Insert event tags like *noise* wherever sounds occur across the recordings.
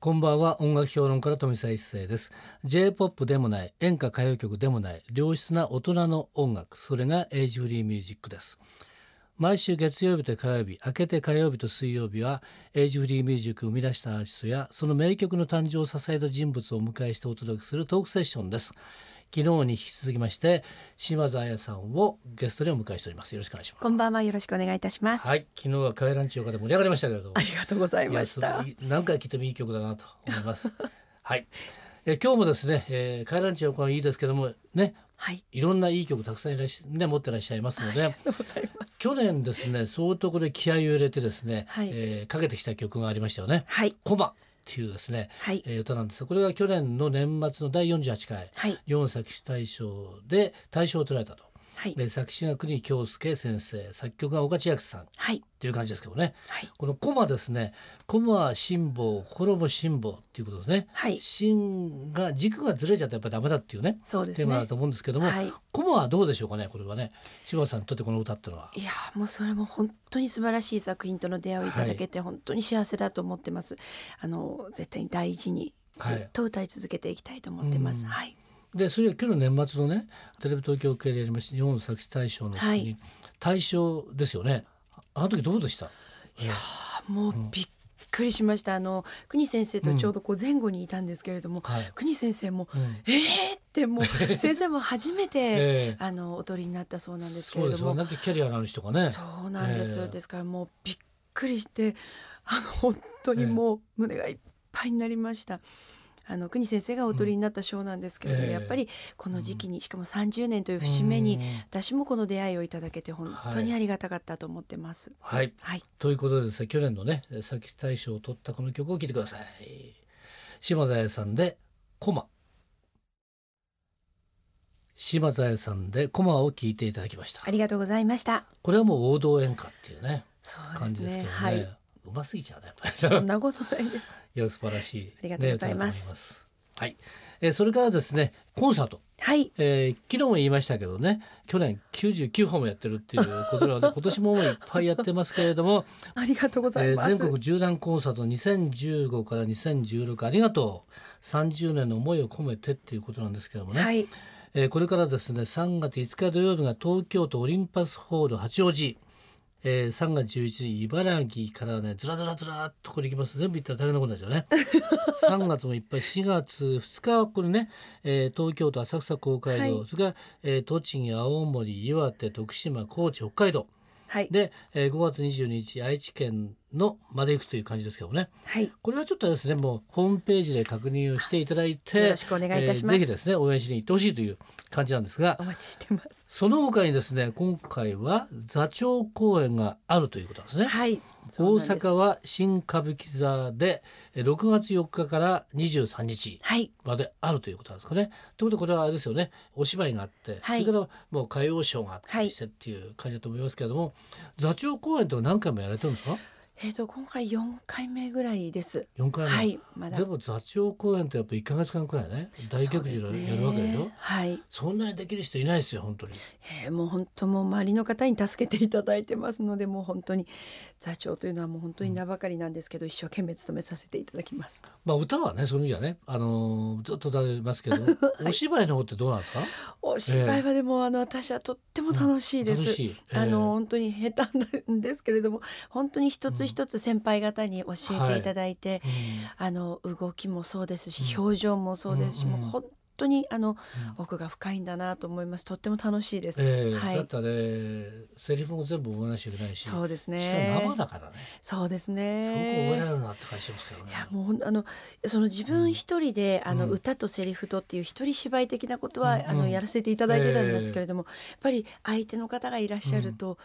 こんばんは音楽評論家の富澤一世です J-POP でもない演歌歌謡曲でもない良質な大人の音楽それがエイジフリーミュージックです毎週月曜日と火曜日明けて火曜日と水曜日はエイジフリーミュージックを生み出したアーティストやその名曲の誕生を支えた人物をお迎えしてお届けするトークセッションです昨日に引き続きまして島津彩さんをゲストでお迎えしておりますよろしくお願いしますこんばんはよろしくお願いいたします。はい昨日は帰らんちゅう方盛り上がりましたけれどもありがとうございいやました。すごい何回聴いてもいい曲だなと思い *laughs* ます。はい。えー今日もですね、えー、帰らんちゃうはいいですけどもね、はい。いろんないい曲たくさんいらっしね持ってらっしゃいますのありでが、とうございます。去年ですね総督で気合を入れてですね、はいえーかけてきた曲がありましたよね。はい。コバっていうですね、はい。えー歌なんですよこれが去年の年末の第48回はい。四作詞大賞で大賞を取られたと。はい。で作詞が国京介先生、作曲が岡千秋さんっはい。ていう感じですけどね。はい。このコマですね。コマ辛抱、滅ぼ辛抱っていうことですね。はい。芯が軸がずれちゃってやっぱダメだっていうね。そうですテーマだね。と思うんですけども、はい。コマはどうでしょうかね。これはね、柴田さんにとってこの歌ってのは。いやーもうそれも本当に素晴らしい作品との出会いをいただけて本当に幸せだと思ってます。あの絶対に大事にはずいっと歌い続けていきたいと思ってます。うんはい。で、それが去年年末のね、テレビ東京系でやりました日本作詞大賞の時に、はい大賞ですよね。ああの時どうでした。いやーもうびっくりしました。あの国先生とちょうどこう前後にいたんですけれども、はい。国先生もうんえーっ *laughs* てもう先生も初めてええあのお取りになったそうなんですけそうれでどすよ。もなんかキャリアのある人がね。そうなんです、ええですからもうびっくりしてあの本当にもう胸がいっぱいになりました。あの国先生がお取りになった賞なんですけれども、ええやっぱりこの時期にしかも30年という節目に、うん私もこの出会いをいただけて本当にありがたかったと思ってます。はい。はい、ということでですね去年のね作詞大賞を取ったこの曲を聴いてください島田彩さんで「コマ」島田彩さんで「コマ」を聴いていただきましたありがとうございました。これはもう王道演歌っていうねそう感ですじねですけどね、はい、うますぎちゃうねやっぱそんりなことないです。いや素晴らしいありがとうございますね歌だと思いはい、えーそれからですねコンサートはい、えー昨日も言いましたけどね去年99本もやってるっていうことなので今年ももういっぱいやってますけれどもありがとうございえまーす。全国縦断コンサート2015から2016ありがとう30年の思いを込めてっていうことなんですけどもね、はい、えーこれからですね3月5日土曜日が東京都オリンパスホール八王子、えー3月11日茨城からねずらずらずらっとこれ行きます全部行ったら大変なことになっ *laughs* ちゃうね3月もいっぱい4月2日はこれね、えー東京都浅草公会堂、はいそれから、えー栃木青森岩手徳島高知北海道はい、で、えー5月22日愛知県のまで行くという感じですけどもねはい、これはちょっとですねもうホームページで確認をしていただいてよろしくお願いいたしますえーぜひですね応援しに行ってほしいという感じなんですがお待ちしてます。その他にですね今回は座長公演があるということなんですね。はい、大そうなんです阪は新歌舞伎座でえー6月4日から23日はい、まであるということなんですかね。ということでこれはあれですよねお芝居があって、はいそれからもう歌謡ショーがあったはりいしてっていう感じだと思いますけれども、座長公演って何回もやられてるんですかえっ、と今回四回目ぐらいです。 4回も、はい、まだでも座長公演ってやっぱ1か月間くらいね大そう逆です上ねやるわけでしょそはい、んなにできる人いないですよ本当にえーもう本当もう周りの方に助けていただいてますので、もう本当に座長というのはもう本当に名ばかりなんですけど、一生懸命務めさせていただきます。まあ歌はねその意味はねあのーずっと歌います *laughs* けど、お芝居の方ってどうなんですかお芝居はでも、あの私はとっても楽しいです。楽しい、えーあの本当に下手なんですけれども本当に一つ一つ先輩方に教えていただいて、うんあの動きもそうですし、うん表情もそうですし、うんうんもう本当にあのうん奥が深いんだなと思います。とっても楽しいです。えーはだっい。たらねセリフも全部覚えなきゃいけないしそうですしかもね生。だからねそうですすごく覚えらね。れるなって感じしますけどねいやもうほんあのその自分一人で、うんあのうん歌とセリフとっていう一人芝居的なことは、うんうんあのやらせていただいてたんですけれども、やっぱり相手の方がいらっしゃると、やっ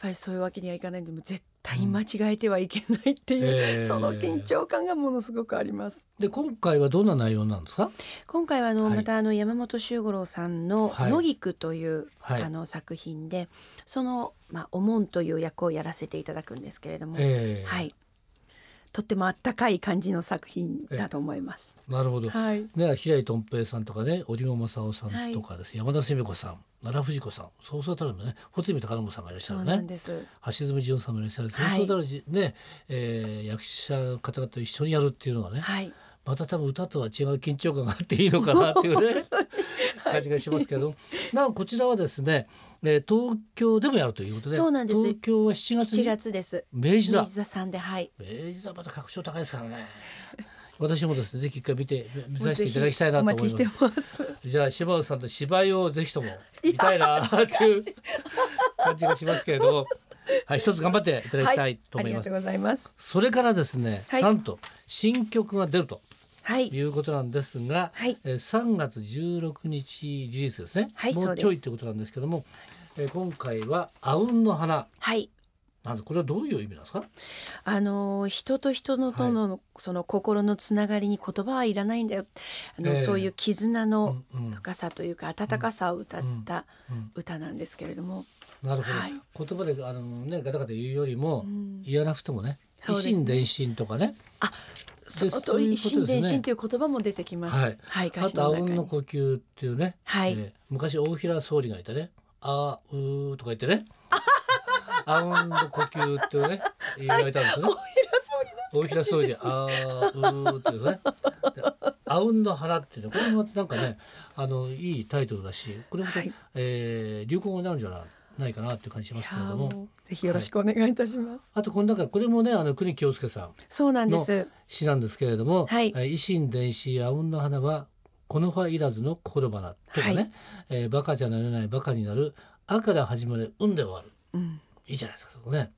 ぱりそういうわけにはいかないんでもう絶対間違えてはいけないっていう、えーその緊張感がものすごくあります。で今回はどんな内容なんですか今回はあの、はいまたあの山本周五郎さんのはい「野菊」という、はいあの作品でその、まあ、おもんという役をやらせていただくんですけれども、えーはい、とってもあったかい感じの作品だと思います。なるほど、はい。ね、平井とん平さんとかね織茂正夫さんとかです、山田澄子さん奈良藤子さんそうそうたるのね穂積高信さんがいらっしゃそうるなんねです。橋爪二郎さんもいらっしゃるそうはいそうたるじね、えー役者の方々と一緒にやるっていうのがね、はい。また多分歌とは違う緊張感があっていいのかなっていう *laughs* ね感じがしますけどなおこちらはですね、えー東京でもやるということでそうなんです東京は7月に7月です。明治座水田さんで、はい。明治座また確証高いですからね *laughs* 私もですねぜひ一回見て見させていただきたいなと思いますお待ちして *laughs* ます。じゃあ柴田さんと芝居をぜひとも見たいなっていう感じがしますけれど *laughs* も、はい、一つ頑張っていただきたいとあ思いりまがす。とうございます。それからですね、はいなんと新曲が出るとはい。いうことなんですが、はいえー3月16日リリースですね、はいもそううでちすょいということなんですけども、えー今回は「あうんの花はい。」なんでこれはどういう意味なんですかあの人と人のとの、その心のつながりに言葉はいらないんだよ。あの、ええそういう絆うのんうん深さというか温かさを歌ったうん歌なんですけれども、なるほど、はい言葉であの、ね、ガタガタ言うよりも、うん言わなくてもねそ維うですね新伝心とかねそのそ通ういうことでり「すね神伝心」という言葉も出てきます。ははいい、あ歌詞と「あの中うんのに。呼吸」っていうね、はい、えー昔大平総理がいたね「あーうー」とか言って *laughs* ね「あうんの呼吸」っていうね言われたんですよね。大平総理で「あーうー」っていうねで「あうんの花」っていうねこれもなんかねあのいいタイトルだしこれも、はいえー流行語になるんじゃないかなっていう感じしますけれいやどーも。もうぜひよろしくお願いいたします。あとこの中これもねあの国清介さんそうなんです。詩なんですけれども「はいえー維新伝子あうんの花はこの葉いらずの心花」とかね、はいえーバカじゃなれないバカになる「あ」から始まる「うん」で終わるうん、いいじゃないですかそこね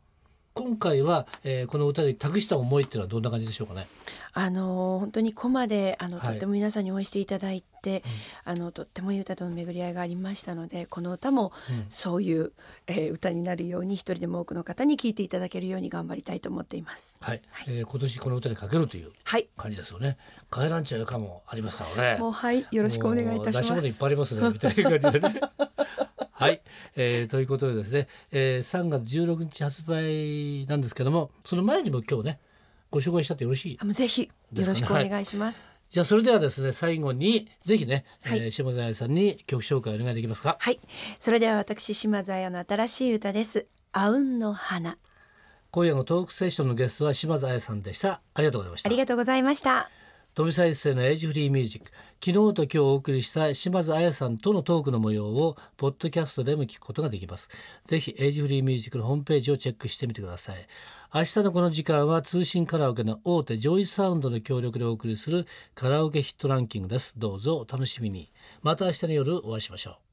今回は、えーこの歌に託した思いっていうのはどんな感じでしょうかねあのー本当にコマであのはいとっても皆さんに応援していただいて、あのとってもいい歌との巡り合いがありましたので、この歌もうんそういう、えー歌になるように一人でも多くの方に聴いていただけるように頑張りたいと思っています。はい、はいえー今年この歌にかけるというはい、感じですよね帰らんちゃうかもありましたので、もうはいよろしくお願いいたしまもう出しす。物いっぱいありますねみたいな感じ *laughs* でね。はい、えーということでですね、えー3月16日発売なんですけどもその前にも今日ねご紹介したってよろしいあもうぜひよろしくお願いします。じゃあそれではですね最後にぜひね、はいえー島田さんに曲紹介お願いできますかはい、それでは私島津彩の新しい歌です。あうんの花。今夜のトークセッションのゲストは島津彩さんでしたありがとうございましあたりがとうございました。飛び再生のエイジフリーミュージック昨日と今日お送りした島津彩さんとのトークの模様をポッドキャストでも聞くことができますぜひエイジフリーミュージックのホームページをチェックしてみてください明日のこの時間は通信カラオケの大手ジョイサウンドの協力でお送りするカラオケヒットランキングですどうぞお楽しみにまた明日の夜お会いしましょう